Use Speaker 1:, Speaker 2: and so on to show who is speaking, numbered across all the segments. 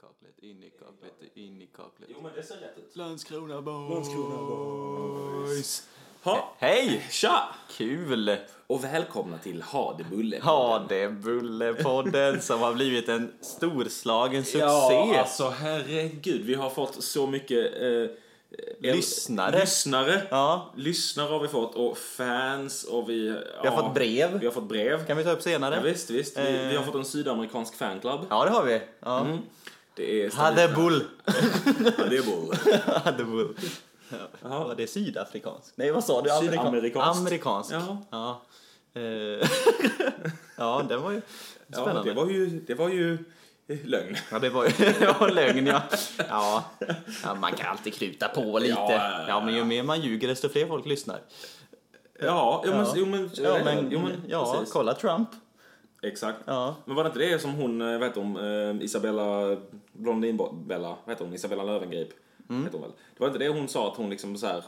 Speaker 1: kaklet, in i kaklet, in i kaklet.
Speaker 2: Jo, men det ser rätt ut.
Speaker 1: Landskrona boys!
Speaker 2: Landskrona boys.
Speaker 1: Ha.
Speaker 2: Ha.
Speaker 1: Hej!
Speaker 2: Tja!
Speaker 1: Kul!
Speaker 2: Och välkomna till Ha det bulle.
Speaker 1: Ja, det är Bullepodden som har blivit en storslagen succé.
Speaker 2: Ja, alltså herregud. Vi har fått så mycket... Eh, eh,
Speaker 1: Lyssnare.
Speaker 2: Lyssnare.
Speaker 1: Ja,
Speaker 2: Lyssnare har vi fått och fans och vi...
Speaker 1: vi har fått brev.
Speaker 2: Vi har fått brev.
Speaker 1: Kan vi ta upp senare?
Speaker 2: Ja, visst, visst. Vi,
Speaker 1: Eh.
Speaker 2: vi har fått en sydamerikansk fanclub.
Speaker 1: Ja, det har vi. Ja. Mm.
Speaker 2: Det är...
Speaker 1: Hadebull.
Speaker 2: Hadebull.
Speaker 1: Hadebull. Ja. Var det sydafrikanskt? Nej, vad sa du? Amerika-
Speaker 2: Sydamerikanskt.
Speaker 1: Amerikanskt.
Speaker 2: Ja.
Speaker 1: Ja. Eh, ja, den var ju spännande.
Speaker 2: Ja, det var ju... Det var ju... eh, Lögn.
Speaker 1: Ja, det var ju det var lögn, ja. ja. Ja, man kan alltid kruta på lite.
Speaker 2: Ja, ja, ja,
Speaker 1: Ja, men ju mer man ljuger desto fler folk lyssnar.
Speaker 2: Ja, jo men...
Speaker 1: Ja.
Speaker 2: Jo, men,
Speaker 1: Ja, men,
Speaker 2: jo, men
Speaker 1: ja
Speaker 2: precis.
Speaker 1: kolla Trump.
Speaker 2: Exakt.
Speaker 1: Ja.
Speaker 2: Men var det inte det som hon, eh, vad heter hon, eh, Isabella Blondinbella, vad heter hon, Isabella Löwengrip
Speaker 1: Mm.
Speaker 2: heter hon väl? Det var inte det hon sa att hon liksom så här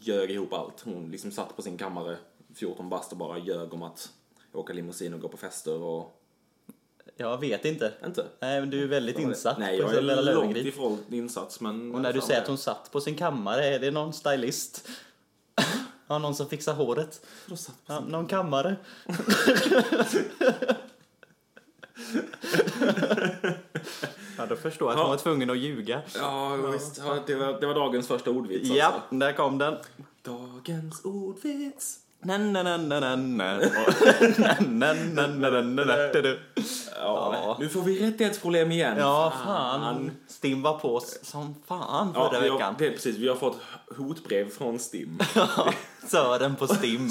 Speaker 2: ljög ihop allt? Hon liksom satt på sin kammare, 14 bast och bara ljög om att åka limousin och gå på fester och...
Speaker 1: Jag vet inte.
Speaker 2: Inte?
Speaker 1: Nej, men du är väldigt insatt
Speaker 2: Nej,
Speaker 1: på
Speaker 2: jag
Speaker 1: Isabella
Speaker 2: är långt
Speaker 1: Löwengrip.
Speaker 2: ifrån insats men...
Speaker 1: Och när du säger att hon satt på sin kammare, är det någon stylist? Ja, någon som fixar håret?
Speaker 2: Då satt-
Speaker 1: Ja, någon kammare? ja, då förstår jag att hon var tvungen att ljuga.
Speaker 2: Ja, visst. Ja, det, var, det var dagens första ordvits
Speaker 1: Ja,
Speaker 2: alltså.
Speaker 1: där kom den.
Speaker 2: Dagens ordvits.
Speaker 1: Na, na, na, na, na, na. Na, na, na, na, na, na, na, du, du.
Speaker 2: Ja,
Speaker 1: Ja.
Speaker 2: Nu får vi rättighetsproblem igen.
Speaker 1: Ja, fan. Stim var på s- som fan
Speaker 2: Ja,
Speaker 1: förra
Speaker 2: vi har,
Speaker 1: veckan.
Speaker 2: det är precis. Vi har fått hotbrev från Stim.
Speaker 1: Sören på Stim.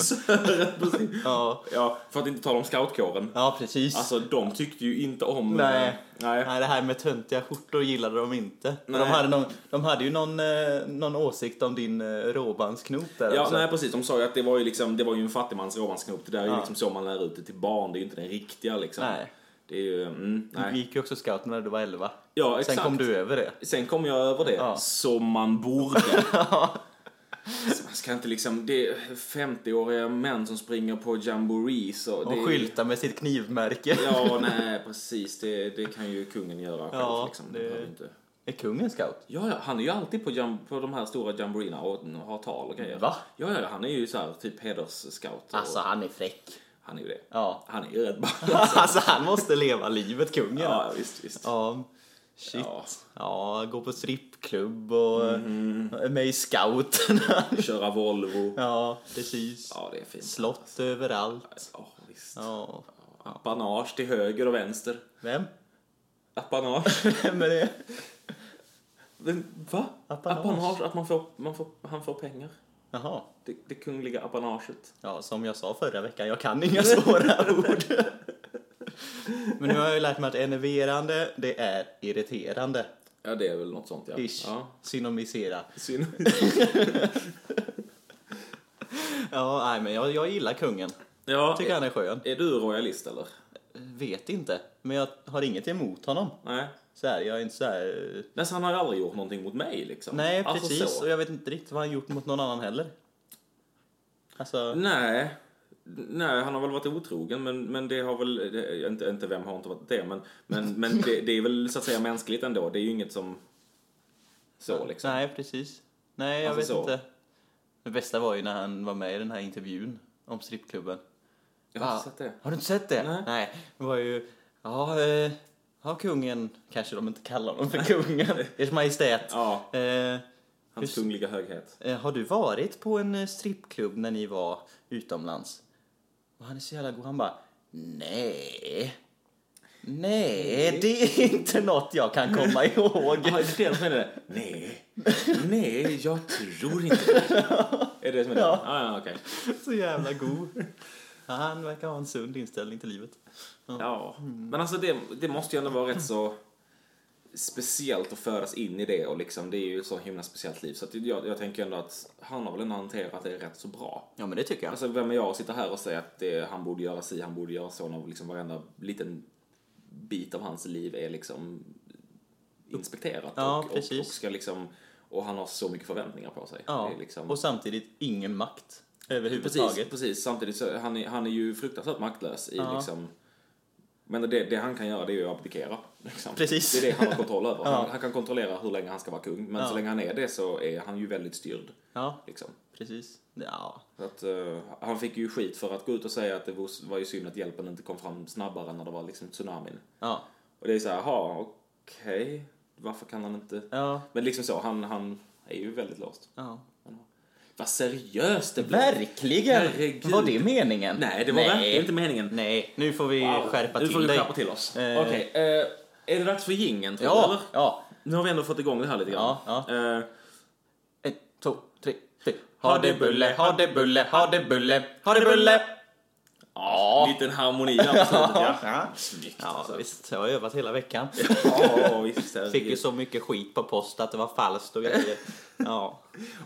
Speaker 1: Ja,
Speaker 2: ja, för att inte tala om scoutkåren.
Speaker 1: ja precis.
Speaker 2: Alltså, de tyckte ju inte om... eh,
Speaker 1: Nej.
Speaker 2: Nej.
Speaker 1: Nej, det här med töntiga skjortor gillade de inte. Och De
Speaker 2: Nej.
Speaker 1: hade, någon, de hade ju någon, eh, någon åsikt om din eh, råbandsknop där
Speaker 2: Ja,
Speaker 1: också.
Speaker 2: nej, precis. De sa ju att det var ju, liksom, det var ju en fattigmans råmansknop. Det där är ju
Speaker 1: alltså. Ja.
Speaker 2: liksom så man lär ut det till barn. Det är ju inte den riktiga liksom.
Speaker 1: Nej.
Speaker 2: Det är ju... Mm,
Speaker 1: Du
Speaker 2: nej.
Speaker 1: gick ju också scout när du var 11.
Speaker 2: Ja,
Speaker 1: Sen
Speaker 2: exakt.
Speaker 1: kom du över det.
Speaker 2: Sen kom jag över det,
Speaker 1: Ja.
Speaker 2: som man borde. Så Man ska inte liksom, det är 50-åriga män som springer på jamborees och...
Speaker 1: Och
Speaker 2: det är-
Speaker 1: skyltade med sitt knivmärke.
Speaker 2: Ja, nej, precis. Det, det kan ju kungen göra själv
Speaker 1: Ja,
Speaker 2: liksom.
Speaker 1: det-
Speaker 2: Det... behöver Inte.
Speaker 1: Är kungen scout?
Speaker 2: Ja, ja, han är ju alltid på, jam, på de här stora jamboreerna och har tal och grejer.
Speaker 1: Va?
Speaker 2: Ja, ja, han är ju så här typ hedersscout. Och
Speaker 1: Alltså, han är fräck.
Speaker 2: Han är ju det.
Speaker 1: Ja.
Speaker 2: Han är ju rätt ball.
Speaker 1: Alltså, han måste leva livet, kungen. Ja.
Speaker 2: ja, visst, visst.
Speaker 1: Shit.
Speaker 2: Ja.
Speaker 1: Ja, gå på strippklubb och
Speaker 2: Mhm.
Speaker 1: är med i scouterna.
Speaker 2: Köra Volvo.
Speaker 1: ja, precis.
Speaker 2: Ja, det är fint.
Speaker 1: Slott överallt.
Speaker 2: Ja, visst.
Speaker 1: Ja.
Speaker 2: Apanage till höger och vänster.
Speaker 1: Vem?
Speaker 2: Apanage.
Speaker 1: Vem är det?
Speaker 2: Men, Va?
Speaker 1: Apanage.
Speaker 2: att man får, man får, han får pengar.
Speaker 1: Jaha.
Speaker 2: Det, det kungliga apanaget.
Speaker 1: Ja, som jag sa förra veckan, jag kan inga svåra ord. Men nu har jag ju lärt mig att enerverande, det är irriterande.
Speaker 2: Ja, det är väl något sånt, ja.
Speaker 1: Ish.
Speaker 2: Ja.
Speaker 1: Synonymisera.
Speaker 2: Synd.
Speaker 1: Ja, nej men jag, jag gillar kungen.
Speaker 2: ja,
Speaker 1: Jag tycker han är skön.
Speaker 2: Är du royalist eller?
Speaker 1: Vet inte, men jag har inget emot honom.
Speaker 2: Nej.
Speaker 1: Så här, jag är inte så här... eh,
Speaker 2: Nej, så han har aldrig gjort någonting mot mig liksom.
Speaker 1: Nej,
Speaker 2: Alltså,
Speaker 1: precis.
Speaker 2: så.
Speaker 1: Och jag vet inte riktigt vad han gjort mot någon annan heller. Alltså,
Speaker 2: Nej. Nej, han har väl varit otrogen, men, men det har väl, det, inte, inte vem har inte varit det, men, men, men det, det är väl så att säga mänskligt ändå. Det är ju inget som så liksom.
Speaker 1: nej precis. Nej, jag
Speaker 2: Alltså
Speaker 1: vet
Speaker 2: så.
Speaker 1: inte. Det bästa var ju när han var med i den här intervjun om strippklubben.
Speaker 2: Jag har inte
Speaker 1: Va?
Speaker 2: sett det.
Speaker 1: Har du inte sett det?
Speaker 2: Nej.
Speaker 1: Det var ju, ja, eh, ja, kungen, kanske de inte kallar honom för kungen, Ers Majestät.
Speaker 2: Ja,
Speaker 1: Eh,
Speaker 2: hans kungliga höghet.
Speaker 1: eh, har du varit på en eh, strippklubb när ni var utomlands? Och han är så jävla god, han bara, nej. Nej, det är inte något jag kan komma ihåg.
Speaker 2: Ja, är det det som är det? Nej, nej, jag tror inte det. Är det det som är det?
Speaker 1: Ja.
Speaker 2: Ja, ah, ja, okej.
Speaker 1: Så jävla god. Ja, Han verkar ha en sund inställning till livet.
Speaker 2: Ja,
Speaker 1: Mm.
Speaker 2: men alltså det, det måste ju ändå vara rätt så speciellt att födas in i det och liksom det är ju ett så himla speciellt liv så att jag, jag tänker ändå att han har väl ändå hanterat det rätt så bra.
Speaker 1: Ja, men det tycker jag.
Speaker 2: Alltså vem är jag att sitta här och säga att det, han borde göra si, han borde göra så när liksom varenda liten bit av hans liv är liksom inspekterat
Speaker 1: Ja,
Speaker 2: och, och,
Speaker 1: precis.
Speaker 2: och ska liksom och han har så mycket förväntningar på sig.
Speaker 1: Ja,
Speaker 2: Det är liksom...
Speaker 1: och samtidigt ingen makt
Speaker 2: Precis,
Speaker 1: överhuvudtaget.
Speaker 2: precis. Samtidigt så han är han är ju fruktansvärt maktlös i
Speaker 1: Ja.
Speaker 2: liksom... Men det, det han kan göra det är ju att abdikera. Liksom.
Speaker 1: Precis.
Speaker 2: Det är det han har kontroll över.
Speaker 1: Ja.
Speaker 2: han, han kan kontrollera hur länge han ska vara kung, men
Speaker 1: Ja.
Speaker 2: så länge han är det så är han ju väldigt styrd.
Speaker 1: Ja,
Speaker 2: Liksom.
Speaker 1: precis. Ja,
Speaker 2: Så Att, eh, han fick ju skit för att gå ut och säga att det var var ju synd att hjälpen inte kom fram snabbare när det var liksom tsunamin.
Speaker 1: ja,
Speaker 2: Och det är så här, jaha, okej, varför kan han inte?
Speaker 1: ja.
Speaker 2: Men liksom så, han, han är ju väldigt låst.
Speaker 1: ja.
Speaker 2: Vad seriöst det blev!
Speaker 1: Verkligen!
Speaker 2: Herregud.
Speaker 1: Var det meningen?
Speaker 2: Nej, det var verkligen inte meningen.
Speaker 1: Nej, nu får vi skärpa
Speaker 2: nu
Speaker 1: till
Speaker 2: får vi
Speaker 1: dig.
Speaker 2: skärpa till oss.
Speaker 1: Eh.
Speaker 2: Okej, eh, är det dags för jingeln tror du,
Speaker 1: Ja,
Speaker 2: eller?
Speaker 1: ja.
Speaker 2: Nu har vi ändå fått igång det här lite grann.
Speaker 1: Ja,
Speaker 2: Eh,
Speaker 1: Ett, två, tre, fyra. Ha det bulle, ha det bulle, ha det bulle, ha det bulle!
Speaker 2: ja. Liten harmoni där på slutet, ja. Snyggt
Speaker 1: Ja,
Speaker 2: alltså.
Speaker 1: visst. Jag har övat hela veckan.
Speaker 2: Ja, visst. herregud.
Speaker 1: Fick ju så mycket skit på post att det var falskt och grejer. Ja,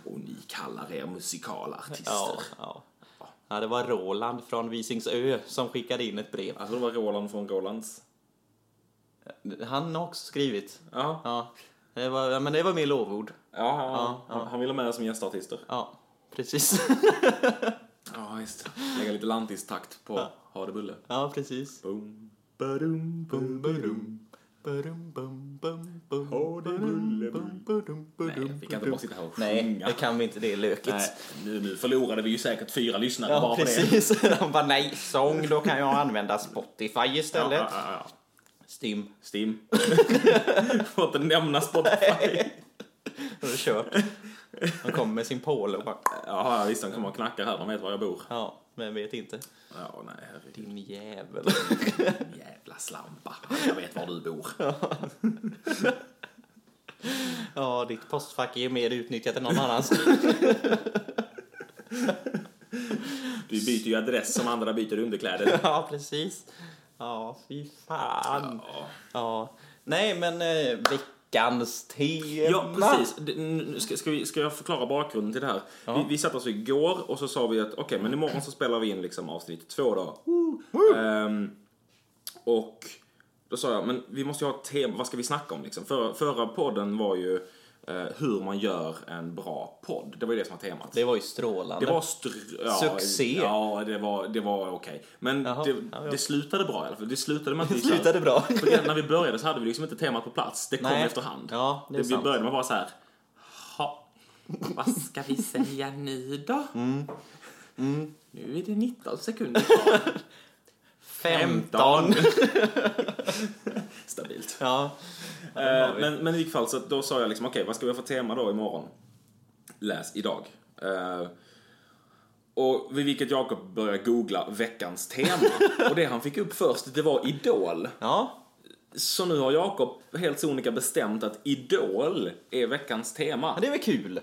Speaker 2: Och ni kallar er musikalartister.
Speaker 1: ja, ja. Ja, det var Roland från Visingsö som skickade in ett brev.
Speaker 2: Jag tror det var Roland från Rolands.
Speaker 1: Han har också skrivit.
Speaker 2: Ja.
Speaker 1: Ja, det var, ja, men det var mitt lovord.
Speaker 2: Ja, ja, ja. Han, han ville med oss som gästartister.
Speaker 1: Ja, precis.
Speaker 2: Ja, just Lägga lite lantistakt på Ha det bulle.
Speaker 1: Ja, precis.
Speaker 2: Boom.
Speaker 1: Badum, bum, badum. Badum, bum, bum, bum. Badum, bum, badum,
Speaker 2: Nej,
Speaker 1: badum,
Speaker 2: vi kan inte bara sitta här och
Speaker 1: Nej,
Speaker 2: sjunga.
Speaker 1: det kan vi inte. Det är lökigt.
Speaker 2: Nej, nu, nu förlorade vi ju säkert fyra lyssnare
Speaker 1: Ja,
Speaker 2: bara på det.
Speaker 1: precis. De bara, nej, sång, då kan jag använda Spotify
Speaker 2: Ja,
Speaker 1: istället.
Speaker 2: ja, ja, ja.
Speaker 1: Stim.
Speaker 2: Stim. Får inte nämna Spotify.
Speaker 1: Då är det kört. De kommer med sin polo och bara,
Speaker 2: Jaha, visst, de kommer och knackar här. De vet var jag bor.
Speaker 1: ja, men vet inte.
Speaker 2: Ja, nej, herregud.
Speaker 1: Din jävel.
Speaker 2: Jävla slampa. Jag vet var du bor.
Speaker 1: Ja, ditt postfack är mer utnyttjat än någon annans.
Speaker 2: Du byter ju adress som andra byter underkläder.
Speaker 1: Ja, precis. Ja, fy fan.
Speaker 2: Ja.
Speaker 1: Ja. Nej, men eh, veckans tema.
Speaker 2: Ja, precis. Det- nu Ska, ska, vi, ska jag förklara bakgrunden till det här? Vi, vi satt oss igår och så sa vi att okej, men imorgon så spelar vi in liksom avsnitt två då. Ehm, och då sa jag, men vi måste ju ha ett tema, vad ska vi snacka om liksom? Förra, förra podden var ju eh, hur man gör en bra podd. Det var ju det som var temat.
Speaker 1: Det var ju strålande.
Speaker 2: Det var str- ja,
Speaker 1: Succé.
Speaker 2: Ja, det var, det var okej. Men
Speaker 1: Jaha.
Speaker 2: det,
Speaker 1: Ja, ja.
Speaker 2: det slutade bra i alla fall. Det slutade med att vi...
Speaker 1: Slutade bra.
Speaker 2: För det- när vi började så hade vi liksom inte temat på plats. Det kom
Speaker 1: Nej.
Speaker 2: efterhand.
Speaker 1: Ja, det är
Speaker 2: vi
Speaker 1: sant.
Speaker 2: började med bara så här. "Ha, vad ska vi säga nu då?
Speaker 1: Mm.
Speaker 2: Nu är det 19 sekunder kvar.
Speaker 1: 15.
Speaker 2: Stabilt.
Speaker 1: Ja.
Speaker 2: Eh, men, men i vilket fall, så att då sa jag liksom okej, vad ska vi ha för tema då imorgon? Läs idag. Eh, och vid vilket Jakob började googla veckans tema. och det han fick upp först, det var Idol.
Speaker 1: Ja.
Speaker 2: Så nu har Jakob helt sonika bestämt att Idol är veckans tema.
Speaker 1: ja, det är väl kul.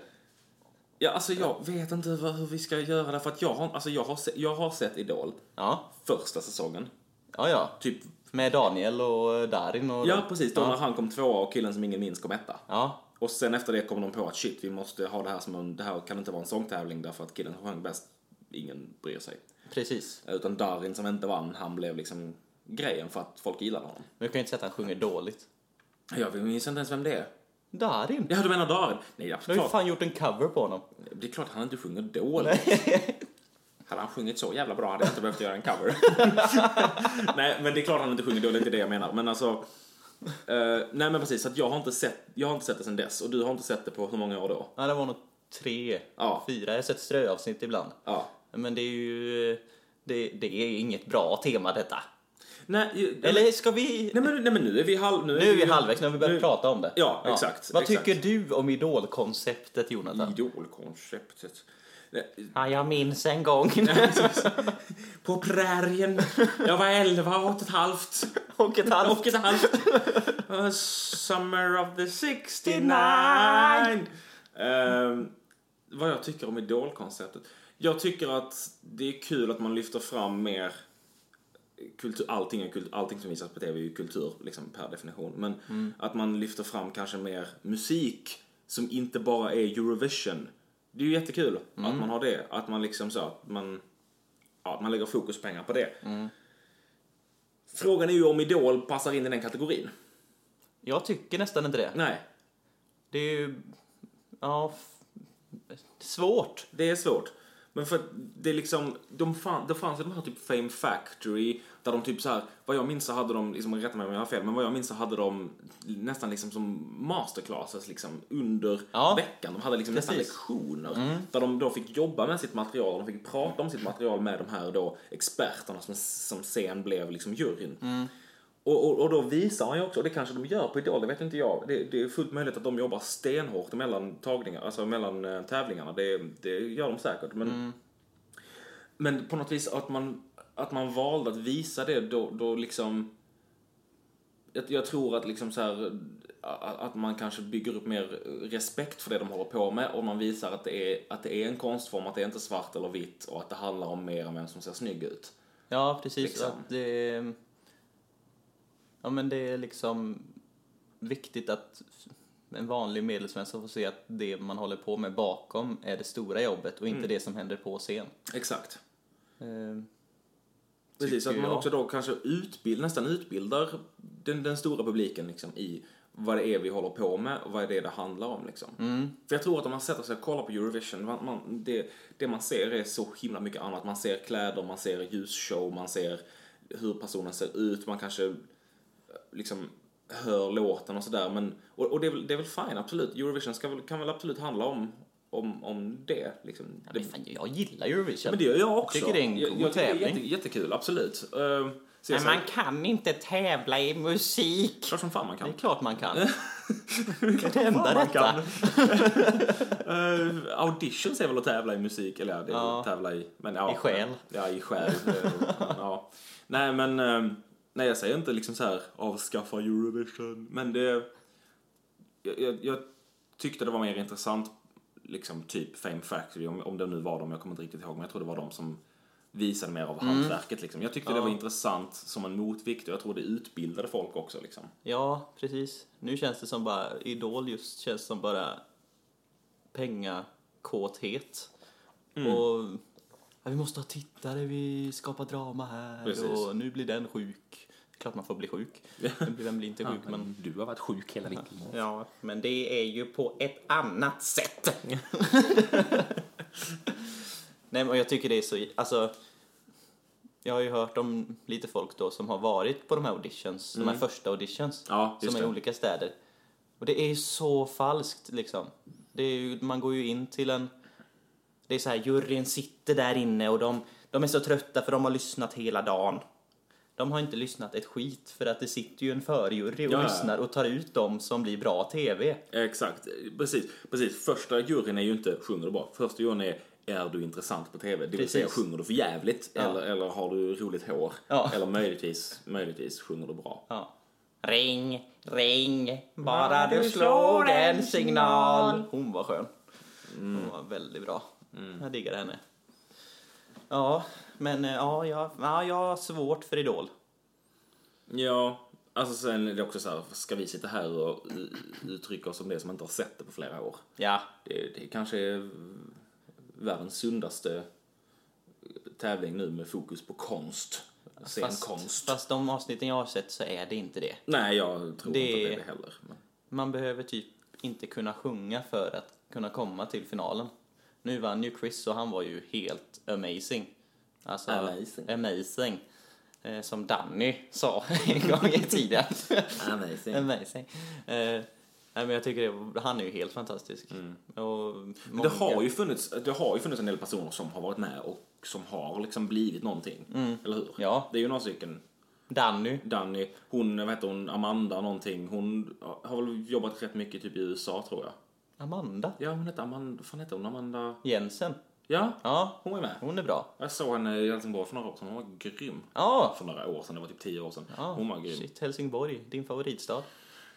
Speaker 2: Ja, alltså jag vet inte vad- hur vi ska göra det för att jag har, alltså jag har, se, jag har sett Idol
Speaker 1: Ja,
Speaker 2: första säsongen.
Speaker 1: ja, ja.
Speaker 2: Typ,
Speaker 1: Med Daniel och eh, Darin och...
Speaker 2: ja precis, då
Speaker 1: Ja.
Speaker 2: när han kom tvåa och killen som ingen minns kom etta.
Speaker 1: Ja,
Speaker 2: Och sen efter det kom de på att shit, vi måste ha det här som en, det här kan inte vara en sångtävling därför att killen som sjöng bäst, ingen bryr sig.
Speaker 1: precis.
Speaker 2: Utan Darin som inte vann, han blev liksom grejen för att folk gillade honom.
Speaker 1: Men jag kan ju inte säga att han sjunger dåligt.
Speaker 2: Jag minns inte ens vem det är.
Speaker 1: Darin?
Speaker 2: Ja, du menar Darin? Nej,
Speaker 1: Du har ju
Speaker 2: absolut.
Speaker 1: fan gjort en cover på honom.
Speaker 2: Det är klart han inte sjunger dåligt. Hade han sjungit så jävla bra hade jag inte behövt göra en cover. nej, men det är klart han inte sjunger dåligt, det är det jag menar. Men alltså... eh, nej men precis, så att jag har, inte sett, jag har inte sett det sen dess och du har inte sett det på hur många år då?
Speaker 1: Ja, det var nog tre,
Speaker 2: Ja.
Speaker 1: fyra. Jag har sett ströavsnitt ibland.
Speaker 2: Ja.
Speaker 1: Men det är ju... eh, Det, det är inget bra tema detta.
Speaker 2: Nej, ju-
Speaker 1: Eller ska vi...
Speaker 2: nej, men, nej men nu är vi, halv,
Speaker 1: Nu är vi halvvägs, nu har vi börjat
Speaker 2: nu-
Speaker 1: prata om det.
Speaker 2: Ja, exakt,
Speaker 1: Vad
Speaker 2: exakt. Mm.
Speaker 1: tycker du om idolkonceptet, Jonathan?
Speaker 2: Idolkonceptet. Nej,
Speaker 1: Ja, jag minns en gång.
Speaker 2: På prärien. Jag var 11 och ett och ett halvt.
Speaker 1: och ett halvt.
Speaker 2: Och ett halvt. A summer of the 69. Ehm, vad jag tycker om idolkonceptet. Jag tycker att det är kul att man lyfter fram mer kultur, allting, är kul- allting som visas på tv är ju kultur liksom, per definition. Men att man lyfter fram kanske mer musik som inte bara är Eurovision. Det är ju jättekul att man har det. Att man liksom så att man, ja, att man lägger fokus pengar på det. Frågan är ju om Idol passar in i den kategorin.
Speaker 1: Jag tycker nästan inte det.
Speaker 2: Nej,
Speaker 1: Det är ju... Ja... f- Svårt.
Speaker 2: det är svårt. Men för att det är liksom, de fan, det fanns ju de här typ Fame Factory Där de typ så här, vad jag minns så hade de, liksom, rätta mig om jag har fel, men vad jag minns så hade de nästan liksom som masterclasses liksom under
Speaker 1: Ja.
Speaker 2: veckan. De hade liksom nästan
Speaker 1: Precis. Mm.
Speaker 2: lektioner där de då fick jobba med sitt material och de fick prata om sitt material med de här då experterna som, som sen blev liksom juryn. Och, och, och då visar han ju också, och det kanske de gör på Idol, det vet inte jag. Det, det är fullt möjligt att de jobbar stenhårt mellan tagningar, alltså mellan eh, tävlingarna. Det, det gör de säkert. Men, men på något vis att man, att man valde att visa det då, då liksom... Jag, jag tror att liksom så här, a- a- att man kanske bygger upp mer respekt för det de håller på med och man visar att det är, att det är en konstform, att det är inte svart eller vitt och att det handlar om mer än vem som ser snygg ut.
Speaker 1: Ja, precis.
Speaker 2: Liksom.
Speaker 1: Att det, är- ja, men det är liksom viktigt att en vanlig medelsvensson får se att det man håller på med bakom är det stora jobbet och inte det som händer på scen.
Speaker 2: Exakt.
Speaker 1: Eh,
Speaker 2: Precis,
Speaker 1: tycker
Speaker 2: att man
Speaker 1: jag.
Speaker 2: också då kanske utbild, nästan utbildar den, den stora publiken liksom i vad det är vi håller på med och vad är det det handlar om liksom.
Speaker 1: Mm.
Speaker 2: För jag tror att om man sätter sig och kollar på Eurovision, man, man, det, det man ser är så himla mycket annat. Man ser kläder, man ser ljusshow, man ser hur personen ser ut, man kanske eh, liksom hör låten och sådär. Men, och, och det, är väl, det är väl fine, absolut. Eurovision ska väl, kan väl absolut handla om, om, om det liksom.
Speaker 1: men fan, jag gillar Eurovision.
Speaker 2: Men det gör jag också.
Speaker 1: tycker det är en
Speaker 2: jag,
Speaker 1: cool
Speaker 2: jag tycker Det är
Speaker 1: tävling.
Speaker 2: jätte, jättekul, absolut. Uh, så jag säger,
Speaker 1: kan inte tävla i musik!
Speaker 2: klart som fan man kan.
Speaker 1: Det är klart man kan. det är det enda
Speaker 2: man
Speaker 1: rätta.
Speaker 2: Oh Eh, auditions är väl att tävla i musik, eller ja, det är
Speaker 1: Ja.
Speaker 2: att tävla i... Men, ja,
Speaker 1: I själ.
Speaker 2: Ja, i själ. eh, ja. Nej, men... eh, nej, jag säger inte liksom så här avskaffa Eurovision, men det... Jag, jag, jag tyckte det var mer intressant, liksom typ Fame Factory, om, om det nu var dem, jag kommer inte riktigt ihåg, men jag tror det var de som visade mer
Speaker 1: Mm.
Speaker 2: av hantverket liksom. Jag tyckte det var intressant som en motvikt och jag tror det utbildade folk också liksom.
Speaker 1: Ja, precis. Nu känns det som bara, Idol just känns som bara pengakåthet. Och ja, vi måste ha tittare, vi skapar drama här
Speaker 2: Precis.
Speaker 1: och nu blir den sjuk. Klart man får bli sjuk. Vem blir- Vem blir inte sjuk? Men,
Speaker 2: Du har varit sjuk hela ditt liv.
Speaker 1: ja, men det är ju på ett annat sätt. Nej, men jag tycker det är så, alltså. Jag har ju hört om lite folk då som har varit på de här auditions, de här första auditions
Speaker 2: Ja, just
Speaker 1: som är i
Speaker 2: det.
Speaker 1: olika städer. Och det är ju så falskt liksom. Det är ju, man går ju in till en... Det är så här, juryn sitter där inne och de, de är så trötta för de har lyssnat hela dagen. De har inte lyssnat ett skit för att det sitter ju en förjury och
Speaker 2: Ja, ja, ja.
Speaker 1: lyssnar och tar ut dem som blir bra TV.
Speaker 2: Exakt, precis, precis. Första juryn är ju inte sjunger du bra. Första juryn är är du intressant på TV? Det vill
Speaker 1: Precis.
Speaker 2: säga sjunger du för jävligt eller, eller har du roligt hår?
Speaker 1: Ja.
Speaker 2: Eller möjligtvis, möjligtvis sjunger du bra.
Speaker 1: Ja. Ring, ring, bara du slår en signal. Mm. Hon var skön. Hon var väldigt bra. Jag diggade henne. Ja, men eh, ja, jag, ja, jag har svårt för Idol.
Speaker 2: Ja, alltså sen är det också så här, ska vi sitta här och u- uttrycka oss om det som inte har sett det på flera år?
Speaker 1: Ja,
Speaker 2: Det, det kanske är världens sundaste tävling nu med fokus på konst. Scenkonst.
Speaker 1: fast, fast de avsnitten jag har sett så är det inte det.
Speaker 2: Nej, jag tror
Speaker 1: Det-
Speaker 2: inte att det är det heller. Men...
Speaker 1: Man behöver typ inte kunna sjunga för att kunna komma till finalen. Nu vann ju Chris och han var ju helt amazing. Alltså,
Speaker 2: Amazing.
Speaker 1: amazing. Eh, som Danny sa en gång i tiden.
Speaker 2: Amazing.
Speaker 1: amazing. Eh, nej, men jag tycker det, han är ju helt fantastisk. Och många,
Speaker 2: Det Mm. har, ju funnits, det har ju funnits en del personer som har varit med och som har liksom blivit någonting. Eller hur?
Speaker 1: Mm. Ja.
Speaker 2: Det är ju några stycken.
Speaker 1: Danny.
Speaker 2: Danny, hon, vad heter hon, Amanda någonting. Hon har väl jobbat rätt mycket typ i USA tror jag.
Speaker 1: Amanda.
Speaker 2: Ja, hon heter Amanda, vad fan heter hon? Amanda?
Speaker 1: Jensen.
Speaker 2: Ja,
Speaker 1: Ja,
Speaker 2: hon är med.
Speaker 1: hon är bra.
Speaker 2: Jag såg henne i Helsingborg för några år sedan, hon var grym.
Speaker 1: Ja,
Speaker 2: För några år sedan, det var typ tio år sedan.
Speaker 1: ja.
Speaker 2: Hon var grym.
Speaker 1: Shit, Helsingborg, din favoritstad.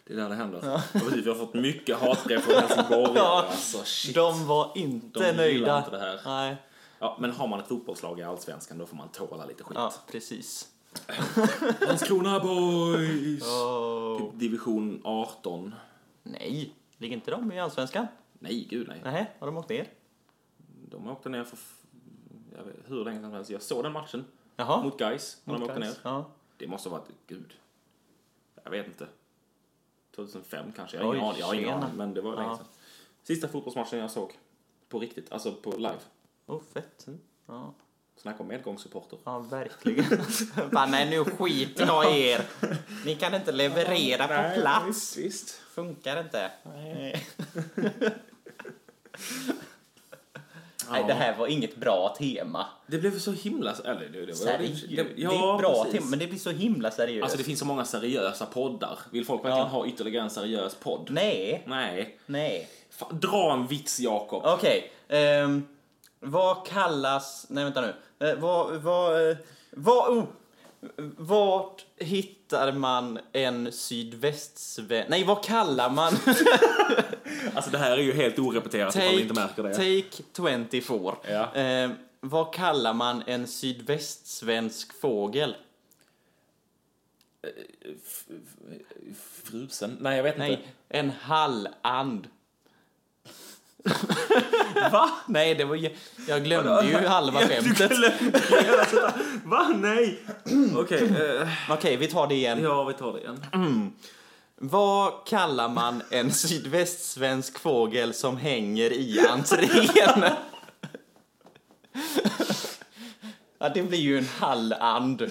Speaker 2: Det är där det händer. Ja. precis, vi har fått mycket hatbrev från Helsingborg.
Speaker 1: Ja.
Speaker 2: Alltså shit.
Speaker 1: De var inte
Speaker 2: De gillar
Speaker 1: nöjda.
Speaker 2: inte det här.
Speaker 1: Nej.
Speaker 2: Ja, men har man ett fotbollslag i Allsvenskan då får man tåla lite skit.
Speaker 1: Ja, precis.
Speaker 2: Landskrona boys!
Speaker 1: Oh.
Speaker 2: Typ division 18.
Speaker 1: Nej, ligger inte de i Allsvenskan?
Speaker 2: Nej, gud nej.
Speaker 1: Nej, har de åkt ner?
Speaker 2: De åkte ner för f- jag vet, hur länge som helst. Jag såg den matchen.
Speaker 1: Jaha.
Speaker 2: Mot Gais när de
Speaker 1: Mot
Speaker 2: åkte ner.
Speaker 1: Gais. Ja.
Speaker 2: Det måste ha varit, gud. Jag vet inte. 2005 kanske. Jag har
Speaker 1: Oj,
Speaker 2: ingen aning. Jag har ingen
Speaker 1: tjena.
Speaker 2: aning, men det var länge
Speaker 1: Ja.
Speaker 2: sedan. Sista fotbollsmatchen jag såg. På riktigt, alltså på live.
Speaker 1: Oh, fett. Ja.
Speaker 2: Snacka om medgångssupporter.
Speaker 1: Ja, verkligen. Bara, nej, nu skiter jag i er. Ni kan inte leverera på plats.
Speaker 2: Visst, visst.
Speaker 1: Funkar inte. Nej, det här var inget bra tema.
Speaker 2: Det blev så himla... Eller, det, det, var-
Speaker 1: Seriöst.
Speaker 2: det,
Speaker 1: det är ett bra tema, men det blir så himla seriöst.
Speaker 2: Alltså det finns så många seriösa poddar. Vill folk verkligen ha ytterligare en seriös podd?
Speaker 1: Nej,
Speaker 2: Nej.
Speaker 1: nej.
Speaker 2: Fan, dra en vits Jakob.
Speaker 1: Okej. ehm, vad kallas... Nej, vänta nu. Eh, vad... Vad... eh, vad oh, vart hittar man en sydvästsvensk... Nej, vad kallar man...
Speaker 2: Alltså det här är ju helt orepeterat ifall ni inte märker det.
Speaker 1: take 24.
Speaker 2: Ja.
Speaker 1: Ehm, vad kallar man en sydvästsvensk fågel?
Speaker 2: Frusen? Nej jag vet inte.
Speaker 1: Nej, en halland. Va? Nej, det var ju... Jag glömde ju halva skämtet.
Speaker 2: Va? Nej! Okej, eh,
Speaker 1: Okej, vi tar det igen.
Speaker 2: ja vi tar det igen.
Speaker 1: Vad kallar man en sydvästsvensk fågel som hänger i entrén? ja, det blir ju en halland.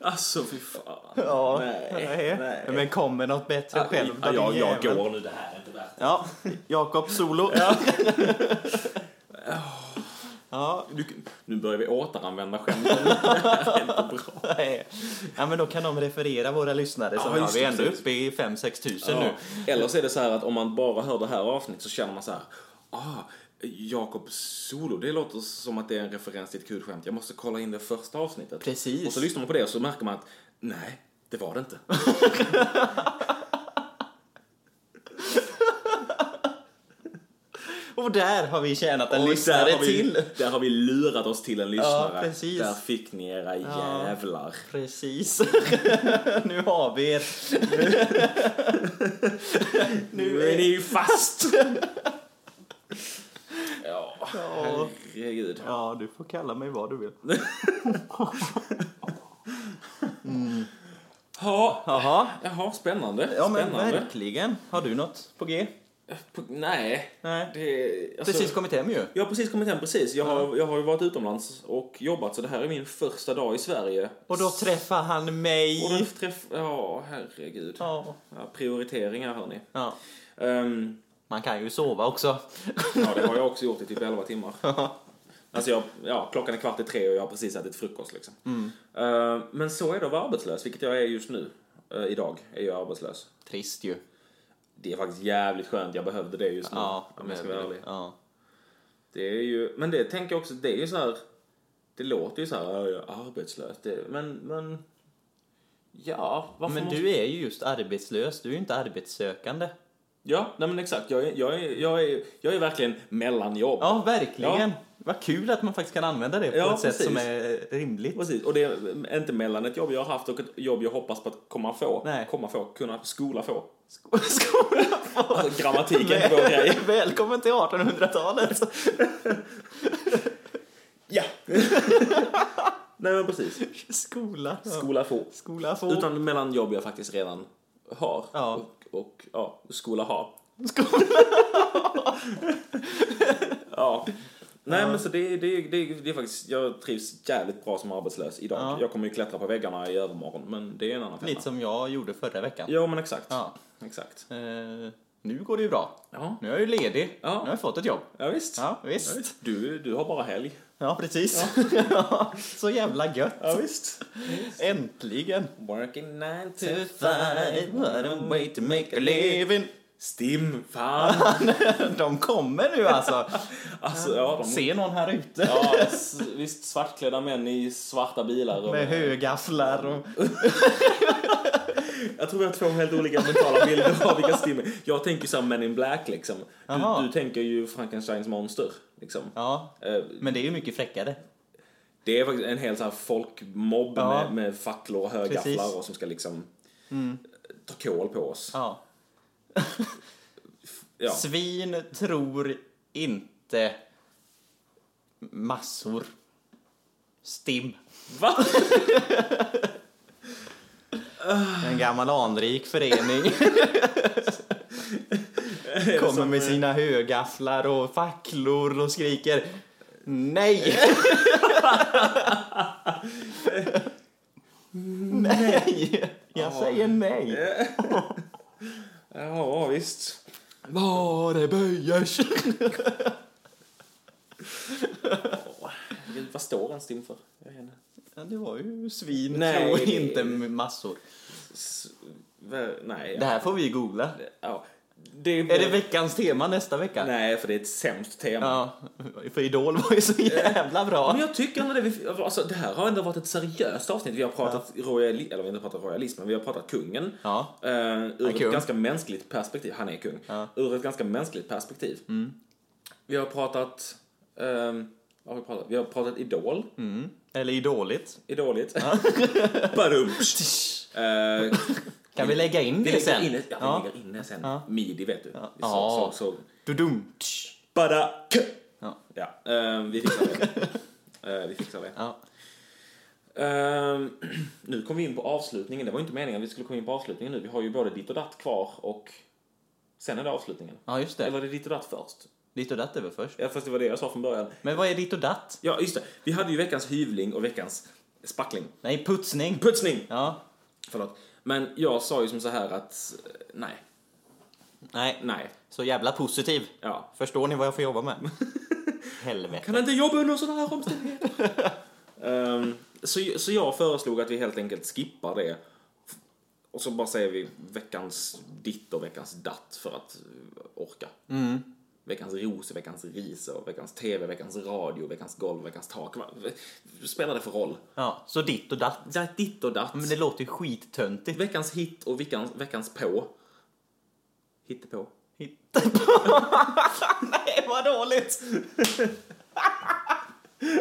Speaker 2: Alltså fy fan.
Speaker 1: Ja,
Speaker 2: Nej, nej.
Speaker 1: Men kommer något bättre själv
Speaker 2: ja,
Speaker 1: då,
Speaker 2: jag,
Speaker 1: din
Speaker 2: jag
Speaker 1: jävel?
Speaker 2: går nu, det här är inte värt
Speaker 1: Ja, Jakob solo. Ja. ja,
Speaker 2: Du, nu börjar vi återanvända skämten. det här är inte bra.
Speaker 1: nej. ja, men då kan de referera våra lyssnare. Som
Speaker 2: Ja,
Speaker 1: har
Speaker 2: just
Speaker 1: vi
Speaker 2: det,
Speaker 1: ändå
Speaker 2: precis.
Speaker 1: uppe i 5-6 tusen nu.
Speaker 2: Ja. Eller så är det så här att om man bara hör det här avsnittet så känner man så här. Ah, Jakob Solo, det låter som att det är en referens till ett kul skämt. Jag måste kolla in det första avsnittet.
Speaker 1: Precis.
Speaker 2: Och så lyssnar man på det och så märker man att nej, det var det inte.
Speaker 1: Och där har vi tjänat en
Speaker 2: Och
Speaker 1: lyssnare
Speaker 2: där har vi,
Speaker 1: till.
Speaker 2: Där har vi lurat oss till en lyssnare.
Speaker 1: precis.
Speaker 2: Där fick ni era jävlar.
Speaker 1: Precis. nu har vi er.
Speaker 2: Nu är ni ju fast! ja,
Speaker 1: Ja.
Speaker 2: herregud.
Speaker 1: Ja, du får kalla mig vad du vill.
Speaker 2: Ja,
Speaker 1: Jaha.
Speaker 2: jaha, spännande.
Speaker 1: Ja, men
Speaker 2: spännande.
Speaker 1: verkligen. Har du något på G?
Speaker 2: På, nej.
Speaker 1: Nej.
Speaker 2: Det, alltså,
Speaker 1: Precis kommit hem ju.
Speaker 2: Jag har precis kommit hem, precis. Jag har, jag har ju varit utomlands och jobbat så det här är min första dag i Sverige.
Speaker 1: Och då träffar han
Speaker 2: Och då
Speaker 1: mig.
Speaker 2: träff... Ja, herregud. Ja.
Speaker 1: Ja.
Speaker 2: prioriteringar hörni.
Speaker 1: ja.
Speaker 2: Ehm,
Speaker 1: Man kan ju sova också.
Speaker 2: ja, det har jag också gjort i typ 11 timmar. Alltså jag, ja, klockan är kvart i tre och jag har precis ätit frukost liksom.
Speaker 1: Mm.
Speaker 2: Ehm, men så är det att vara arbetslös, vilket jag är just nu. Eh, idag är jag arbetslös.
Speaker 1: Trist ju.
Speaker 2: Det är faktiskt jävligt skönt, jag behövde det just nu.
Speaker 1: Ja,
Speaker 2: om jag ska vara ärlig.
Speaker 1: ja.
Speaker 2: Det är ju, men det tänker jag också, det är ju så här. Det låter ju så här, "Ja, jag är arbetslös. Det, men, men. Ja, varför
Speaker 1: Men
Speaker 2: måste...
Speaker 1: du är ju just arbetslös, du är ju inte arbetssökande.
Speaker 2: Ja, nej men exakt. Jag är, jag är, jag är, jag är verkligen mellanjobb.
Speaker 1: Ja, verkligen.
Speaker 2: Ja.
Speaker 1: Vad kul att man faktiskt kan använda det på
Speaker 2: Ja,
Speaker 1: ett sätt
Speaker 2: precis.
Speaker 1: som är rimligt.
Speaker 2: Precis, och det är inte mellan ett jobb jag har haft och ett jobb jag hoppas på att komma få.
Speaker 1: Nej.
Speaker 2: Komma få, kunna skola få.
Speaker 1: Sko- skola får-
Speaker 2: Alltså grammatiken är vår grej.
Speaker 1: Välkommen till 1800-talet.
Speaker 2: Ja! nej men precis.
Speaker 1: Skola. Ja.
Speaker 2: Skola få.
Speaker 1: Skola får.
Speaker 2: Utan mellan jobb jag faktiskt redan har.
Speaker 1: Ja.
Speaker 2: Och, och ja, skola har.
Speaker 1: Skola.
Speaker 2: Ja. Nej men så det, det, det, det är faktiskt, jag trivs jävligt bra som arbetslös idag.
Speaker 1: Ja.
Speaker 2: Jag kommer ju klättra på väggarna i övermorgon men det är en annan femma.
Speaker 1: Lite som jag gjorde förra veckan.
Speaker 2: Ja men exakt.
Speaker 1: Ja.
Speaker 2: Exakt.
Speaker 1: Eh, nu går det ju bra.
Speaker 2: Ja,
Speaker 1: Nu är jag ju ledig.
Speaker 2: Ja.
Speaker 1: Nu har jag fått ett jobb.
Speaker 2: ja visst.
Speaker 1: Ja, visst.
Speaker 2: Ja, visst. Du, du har bara helg.
Speaker 1: Ja, precis. Ja. Så jävla gött.
Speaker 2: visst.
Speaker 1: Äntligen.
Speaker 2: Working nine to
Speaker 1: five, what a way to make a living.
Speaker 2: Stim, fan.
Speaker 1: De kommer nu alltså.
Speaker 2: alltså ja, de...
Speaker 1: Se någon här ute.
Speaker 2: Ja, s- visst svartklädda män i svarta bilar. och-
Speaker 1: Med högafflar och...
Speaker 2: Jag tror vi har två helt olika mentala bilder av vilka Stim är. Jag tänker ju såhär Men in Black liksom.
Speaker 1: Jaha.
Speaker 2: Du, du tänker ju Frankensteins monster liksom.
Speaker 1: Ja,
Speaker 2: Eh,
Speaker 1: men det är ju mycket fräckare.
Speaker 2: Det är faktiskt en hel så här folkmobb
Speaker 1: Ja.
Speaker 2: med, med facklor och
Speaker 1: Precis. Mm.
Speaker 2: högafflar och som ska liksom eh, ta kål på oss.
Speaker 1: Ja.
Speaker 2: Ja.
Speaker 1: Svin tror inte massor. Stim.
Speaker 2: Va?
Speaker 1: En gammal anrik förening.
Speaker 2: det
Speaker 1: Kommer
Speaker 2: som,
Speaker 1: med
Speaker 2: eh,
Speaker 1: sina högafflar och facklor och skriker Nej! nej! Jag
Speaker 2: Ja.
Speaker 1: säger nej!
Speaker 2: Ja, visst.
Speaker 1: Var är böjers?
Speaker 2: Gud, vad står en stim för? Jag vet inte.
Speaker 1: Ja, det var ju svin,
Speaker 2: Nej,
Speaker 1: nej,
Speaker 2: det-
Speaker 1: inte massor.
Speaker 2: S- vä- Nej.
Speaker 1: Det här får vi googla.
Speaker 2: Ja. Det är,
Speaker 1: Är det veckans tema nästa vecka?
Speaker 2: Nej, för det är ett sämst tema.
Speaker 1: Ja, för Idol var ju så jävla bra.
Speaker 2: Men jag tycker ändå det, vi, alltså, det här har ändå varit ett seriöst avsnitt. Vi har pratat royalism, eller vi har inte pratat royalism, men vi har pratat kungen.
Speaker 1: Ja.
Speaker 2: Eh, ur ett
Speaker 1: kung.
Speaker 2: ganska mänskligt perspektiv. Han är kung.
Speaker 1: Ja. Mm.
Speaker 2: Ur ett ganska mänskligt perspektiv. Vi har pratat, ehm, vad har vi pratat? Vi har pratat idol.
Speaker 1: Mm. Eller Idoligt.
Speaker 2: Idoligt. Badumst. Eh,
Speaker 1: Kan vi lägga in det,
Speaker 2: Vi lägger
Speaker 1: sen?
Speaker 2: in det, ja, vi
Speaker 1: Ja.
Speaker 2: lägger in det sen.
Speaker 1: Ja.
Speaker 2: Midi vet du. Så,
Speaker 1: Ja.
Speaker 2: så, så.
Speaker 1: Dudum.
Speaker 2: Bara k.
Speaker 1: Ja.
Speaker 2: Ja, ehm, vi fixar det. Eh, vi fixar det.
Speaker 1: Ja.
Speaker 2: Ehm, nu kom vi in på avslutningen. Det var ju inte meningen att vi skulle komma in på avslutningen nu. Vi har ju både ditt och datt kvar och sen är det avslutningen.
Speaker 1: ja, just det.
Speaker 2: Eller är det ditt och datt först?
Speaker 1: Ditt och datt är väl först?
Speaker 2: Ja, fast det var det jag sa från början.
Speaker 1: Men vad är ditt och datt?
Speaker 2: Ja, just det. Vi hade ju veckans hyvling och veckans spackling.
Speaker 1: Nej, putsning.
Speaker 2: Putsning!
Speaker 1: Ja.
Speaker 2: Förlåt. Men jag sa ju som så här att eh, nej,
Speaker 1: Nej,
Speaker 2: nej,
Speaker 1: så jävla positiv.
Speaker 2: ja.
Speaker 1: Förstår ni vad jag får jobba med? Helvete.
Speaker 2: Kan inte jobba under sådana här omständigheter. Ehm, så, så jag föreslog att vi helt enkelt skippar det. Och så bara säger vi veckans ditt och veckans datt för att eh, orka. Veckans ros, veckans ris, och veckans tv, veckans radio, veckans golv, veckans tak. Vad vad spelar det för roll?
Speaker 1: Ja, så ditt och datt.
Speaker 2: Datt, Ditt och datt.
Speaker 1: Men det låter ju skittöntigt.
Speaker 2: Veckans hit och veckans, veckans på. Hittepå.
Speaker 1: Hitta på. Nej, vad dåligt!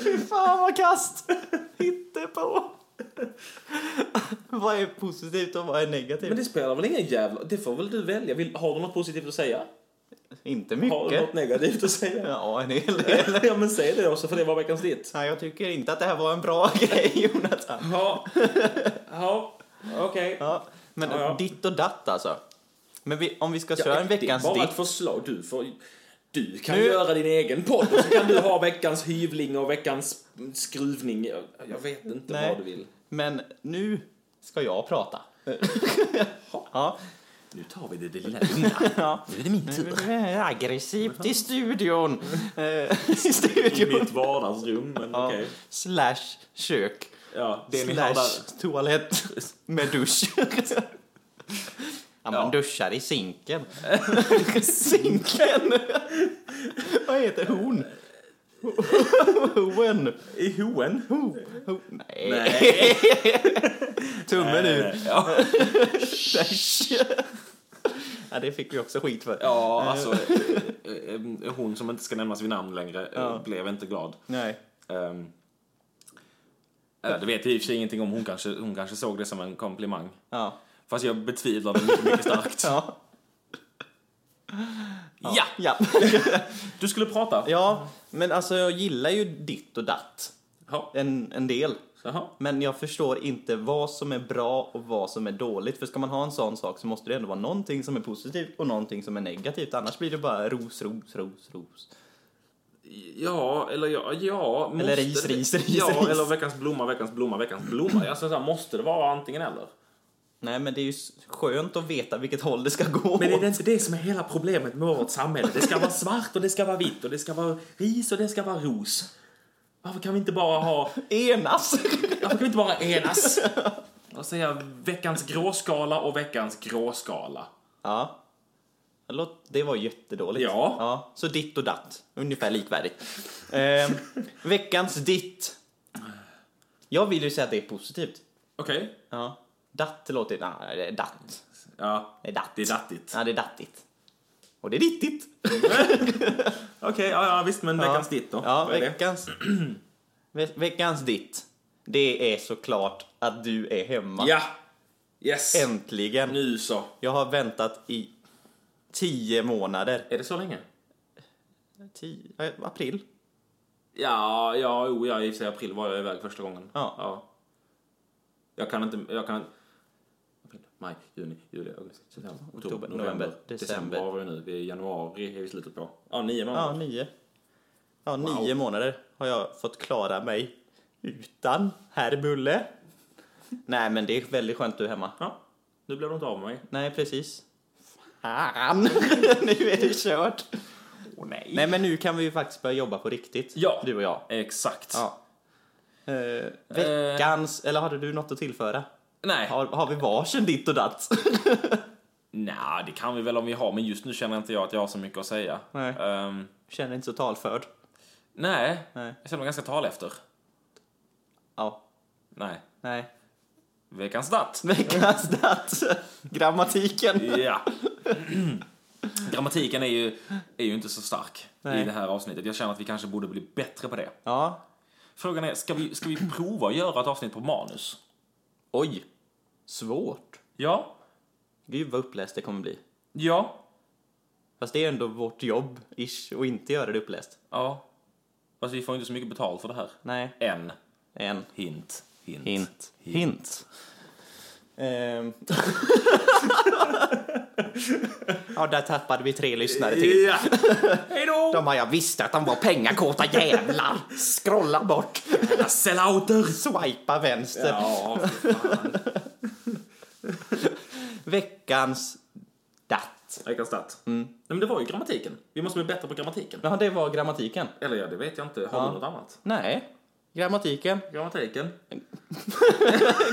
Speaker 1: Fy fan vad kast! Hitta på. vad är positivt och vad är negativt?
Speaker 2: Men det spelar väl ingen jävla... Det får väl du välja. Vill, har du något positivt att säga?
Speaker 1: Inte
Speaker 2: Har du
Speaker 1: mycket.
Speaker 2: något negativt att säga?
Speaker 1: Ja, en hel del.
Speaker 2: ja men säg det då så får det vara veckans ditt.
Speaker 1: Nej, jag tycker inte att det här var en bra grej, Jonathan.
Speaker 2: Ja, ja okej.
Speaker 1: Ja, men
Speaker 2: Ja, ja.
Speaker 1: ditt och datt alltså. Men vi, om vi ska köra en
Speaker 2: det är
Speaker 1: veckans
Speaker 2: Bara
Speaker 1: ditt.
Speaker 2: ett förslag. Du, får, du kan
Speaker 1: Nu-
Speaker 2: göra din egen podd och så kan du ha veckans hyvling och veckans skruvning. Jag, jag vet inte
Speaker 1: Nej.
Speaker 2: vad du vill.
Speaker 1: Men nu ska jag prata. ja.
Speaker 2: Nu tar vi det, det lilla lugna.
Speaker 1: ja.
Speaker 2: Nu är det min
Speaker 1: Aggressivt i studion. Eh, I studion.
Speaker 2: Mitt vardagsrum, men
Speaker 1: Ja.
Speaker 2: okej.
Speaker 1: Slash kök.
Speaker 2: Ja, det ni har där.
Speaker 1: Slash toalett med dusch. Ja, man
Speaker 2: Ja.
Speaker 1: duschar i sinken. sinken! Vad heter hon? Hoen.
Speaker 2: I hoen.
Speaker 1: Ho. Ho. Nej.
Speaker 2: Nej.
Speaker 1: Tummen ur.
Speaker 2: Ja,
Speaker 1: ja, det fick vi också skit för.
Speaker 2: ja alltså. eh, eh, Hon som inte ska nämnas vid namn längre eh,
Speaker 1: Ja.
Speaker 2: blev inte glad.
Speaker 1: Nej.
Speaker 2: Ehm, eh, det vet jag i och för sig ingenting om. Hon kanske, hon kanske såg det som en komplimang.
Speaker 1: Ja.
Speaker 2: Fast jag betvivlar det mycket, mycket starkt.
Speaker 1: Ja.
Speaker 2: ja!
Speaker 1: Ja.
Speaker 2: Du skulle prata.
Speaker 1: ja, men alltså jag gillar ju ditt och datt.
Speaker 2: Ja.
Speaker 1: En, en del.
Speaker 2: Jaha.
Speaker 1: Men jag förstår inte vad som är bra och vad som är dåligt. För ska man ha en sån sak så måste det ändå vara någonting som är positivt och någonting som är negativt. Annars blir det bara ros, ros, ros, ros.
Speaker 2: Ja, eller ja, ja. Måste
Speaker 1: Eller ris,
Speaker 2: det-
Speaker 1: ris, ris,
Speaker 2: Ja,
Speaker 1: ris.
Speaker 2: eller veckans blomma, veckans blomma, veckans blomma. Alltså, så här, måste det vara antingen eller?
Speaker 1: Nej, men det är ju s- skönt att veta vilket håll det ska gå.
Speaker 2: Men är det inte det som är hela problemet med vårt samhälle? Det ska vara svart och det ska vara vitt och det ska vara ris och det ska vara ros. Varför kan vi inte bara ha...
Speaker 1: Enas!
Speaker 2: Varför kan vi inte bara enas? Och säga veckans gråskala och veckans gråskala.
Speaker 1: ja. Låt- Det var jättedåligt.
Speaker 2: Ja.
Speaker 1: ja. Så ditt och datt. Ungefär likvärdigt. eh, veckans ditt. Jag vill ju säga att det är positivt.
Speaker 2: Okej.
Speaker 1: Ja. Datt låter... Nej, det är datt.
Speaker 2: Ja,
Speaker 1: Det är datt.
Speaker 2: det är dattigt.
Speaker 1: Ja, det är dattigt. Och det är dittigt.
Speaker 2: Okej, ja, ja, visst, men veckans ditt då?
Speaker 1: Ja,
Speaker 2: Vad är det?
Speaker 1: veckans... Ve- veckans ditt. Det är såklart att du är hemma.
Speaker 2: Ja! Yes!
Speaker 1: Äntligen.
Speaker 2: Nu så.
Speaker 1: Jag har väntat i tio månader.
Speaker 2: Är det så länge?
Speaker 1: Tio, eh, april.
Speaker 2: Ja, ja, jo, ja, i och för sig april var jag iväg första gången.
Speaker 1: Ja.
Speaker 2: Jag kan inte, jag kan... april, maj, juni, juli, augusti, september, oktober,
Speaker 1: Oktober,
Speaker 2: november,
Speaker 1: november,
Speaker 2: december.
Speaker 1: december.
Speaker 2: var vi nu. Vi är i januari, är vi i slutet på. Ja, nio månader.
Speaker 1: Ja, nio. Ja, nio månader har jag fått klara mig utan herr Bulle. Nej, men det är väldigt skönt du är hemma.
Speaker 2: Ja, nu blev de inte av med mig.
Speaker 1: Nej, precis. Fan! nu är det kört.
Speaker 2: Åh
Speaker 1: Nej, men nu kan vi ju faktiskt börja jobba på riktigt.
Speaker 2: Ja.
Speaker 1: Du och jag.
Speaker 2: Exakt.
Speaker 1: Ja. Eh, veckans, eller hade du något att tillföra?
Speaker 2: Nej.
Speaker 1: Har, har vi varsin ditt och datt?
Speaker 2: Nej, det kan vi väl om vi har, men just nu känner inte jag att jag har så mycket att säga.
Speaker 1: Nej.
Speaker 2: Ehm,
Speaker 1: Känner inte så talförd.
Speaker 2: nej.
Speaker 1: Nej.
Speaker 2: jag känner mig ganska tal efter.
Speaker 1: Ja.
Speaker 2: Nej.
Speaker 1: Nej.
Speaker 2: Veckans datt.
Speaker 1: Veckans datt. Grammatiken.
Speaker 2: Ja. Grammatiken är ju, är ju inte så stark
Speaker 1: Nej.
Speaker 2: i det här avsnittet. Jag känner att vi kanske borde bli bättre på det.
Speaker 1: Ja.
Speaker 2: Frågan är, ska vi, ska vi prova att göra ett avsnitt på manus?
Speaker 1: Oj. Svårt.
Speaker 2: Ja.
Speaker 1: Gud vad uppläst det kommer bli.
Speaker 2: Ja.
Speaker 1: Fast det är ändå vårt jobb, ish, att inte göra det uppläst.
Speaker 2: Ja. Fast vi får inte så mycket betalt för det här.
Speaker 1: Nej.
Speaker 2: Än.
Speaker 1: En.
Speaker 2: Hint. Hint.
Speaker 1: Hint. Hint. Ehm. ja, där tappade vi tre lyssnare till.
Speaker 2: Ja. Hej då!
Speaker 1: De har jag visst att de var pengakåta jävlar. Scrolla bort.
Speaker 2: Jävla sellouter!
Speaker 1: Swipa vänster.
Speaker 2: Ja, för fan.
Speaker 1: Veckans datt.
Speaker 2: Veckans datt. Nej, men det var ju grammatiken. Vi måste bli bättre på grammatiken.
Speaker 1: Ja, det var grammatiken.
Speaker 2: Eller ja, det vet jag inte. Har
Speaker 1: Ja.
Speaker 2: du något annat?
Speaker 1: Nej. Grammatiken.
Speaker 2: Grammatiken?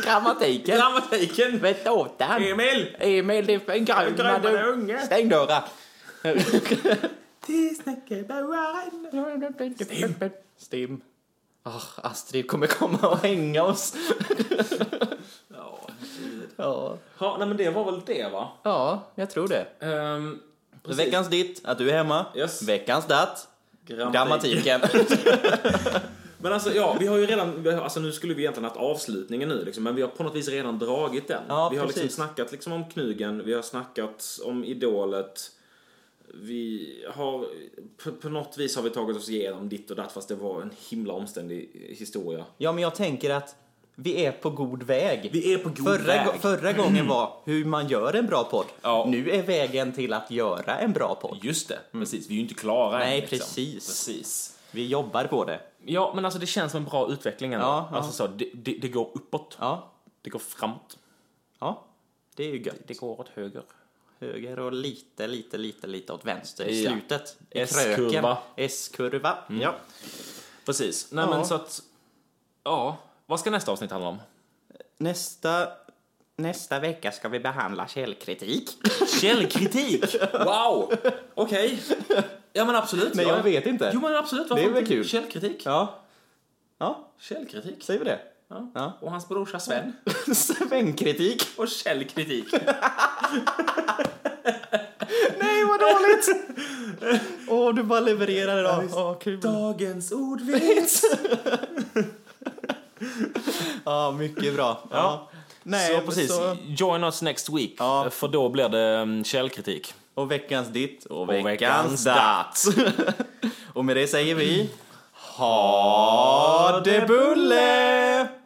Speaker 1: Grammatiken.
Speaker 2: Grammatiken!
Speaker 1: Vet åt den.
Speaker 2: Emil!
Speaker 1: Emil, det är en
Speaker 2: grömmade
Speaker 1: grön
Speaker 2: unge.
Speaker 1: Stäng dörren.
Speaker 2: Tisnäckebergaren!
Speaker 1: Stim. Stim. Åh, Ah, Astrid kommer komma och hänga oss.
Speaker 2: Ja,
Speaker 1: Ja,
Speaker 2: ha, nej men det var väl det va?
Speaker 1: ja jag tror det.
Speaker 2: Ehm, precis.
Speaker 1: Veckans ditt, att du är hemma.
Speaker 2: Yes.
Speaker 1: Veckans datt, grammatiken.
Speaker 2: Men alltså ja, vi har ju redan, vi har- alltså nu skulle vi egentligen haft avslutningen nu liksom, men vi har på något vis redan dragit den.
Speaker 1: Ja,
Speaker 2: vi har
Speaker 1: precis.
Speaker 2: liksom snackat liksom om knugen, vi har snackat om idolet. Vi har, på, på något vis har vi tagit oss igenom ditt och datt fast det var en himla omständig historia.
Speaker 1: ja, men jag tänker att vi är på god väg.
Speaker 2: Vi är på god
Speaker 1: förra,
Speaker 2: väg. Mm.
Speaker 1: gå- förra gången var hur man gör en bra podd.
Speaker 2: Ja.
Speaker 1: Nu är vägen till att göra en bra podd.
Speaker 2: Just det, precis. Vi är ju inte klara
Speaker 1: Nej,
Speaker 2: än. liksom.
Speaker 1: precis.
Speaker 2: precis.
Speaker 1: Vi jobbar på det.
Speaker 2: Ja, men alltså det känns som en bra utveckling ändå.
Speaker 1: Ja, ja.
Speaker 2: Alltså så, det, det, det går uppåt.
Speaker 1: Ja,
Speaker 2: Det går framåt.
Speaker 1: ja. det är ju gött.
Speaker 2: Det går åt höger.
Speaker 1: Höger och lite, lite, lite, lite åt vänster i
Speaker 2: Ja.
Speaker 1: slutet. I
Speaker 2: S-kurva. Mm.
Speaker 1: kröken. S-kurva. Ja.
Speaker 2: Precis. Nej
Speaker 1: Ja.
Speaker 2: men så att, ja. Vad ska nästa avsnitt handla om?
Speaker 1: Nästa, nästa vecka ska vi behandla källkritik.
Speaker 2: Källkritik! Wow! Okej. Ja men absolut.
Speaker 1: Men
Speaker 2: Ja.
Speaker 1: jag vet inte.
Speaker 2: Jo men absolut.
Speaker 1: Det är
Speaker 2: varför
Speaker 1: väl
Speaker 2: inte?
Speaker 1: kul.
Speaker 2: Källkritik.
Speaker 1: Ja. Ja,
Speaker 2: Källkritik.
Speaker 1: säger vi det?
Speaker 2: Ja.
Speaker 1: Ja.
Speaker 2: Och hans brorsa Sven.
Speaker 1: Svängkritik.
Speaker 2: Och källkritik.
Speaker 1: Nej, vad dåligt! Åh, du bara levererar idag. Åh, kul.
Speaker 2: Dagens ordvits.
Speaker 1: Ja, mycket bra. Ja. Nej,
Speaker 2: så precis.
Speaker 1: så-
Speaker 2: Join us next week.
Speaker 1: Ja.
Speaker 2: För då blir det mm, källkritik.
Speaker 1: Och veckans ditt och
Speaker 2: veckans
Speaker 1: veckans datt. och med det säger vi... Ha det bulle!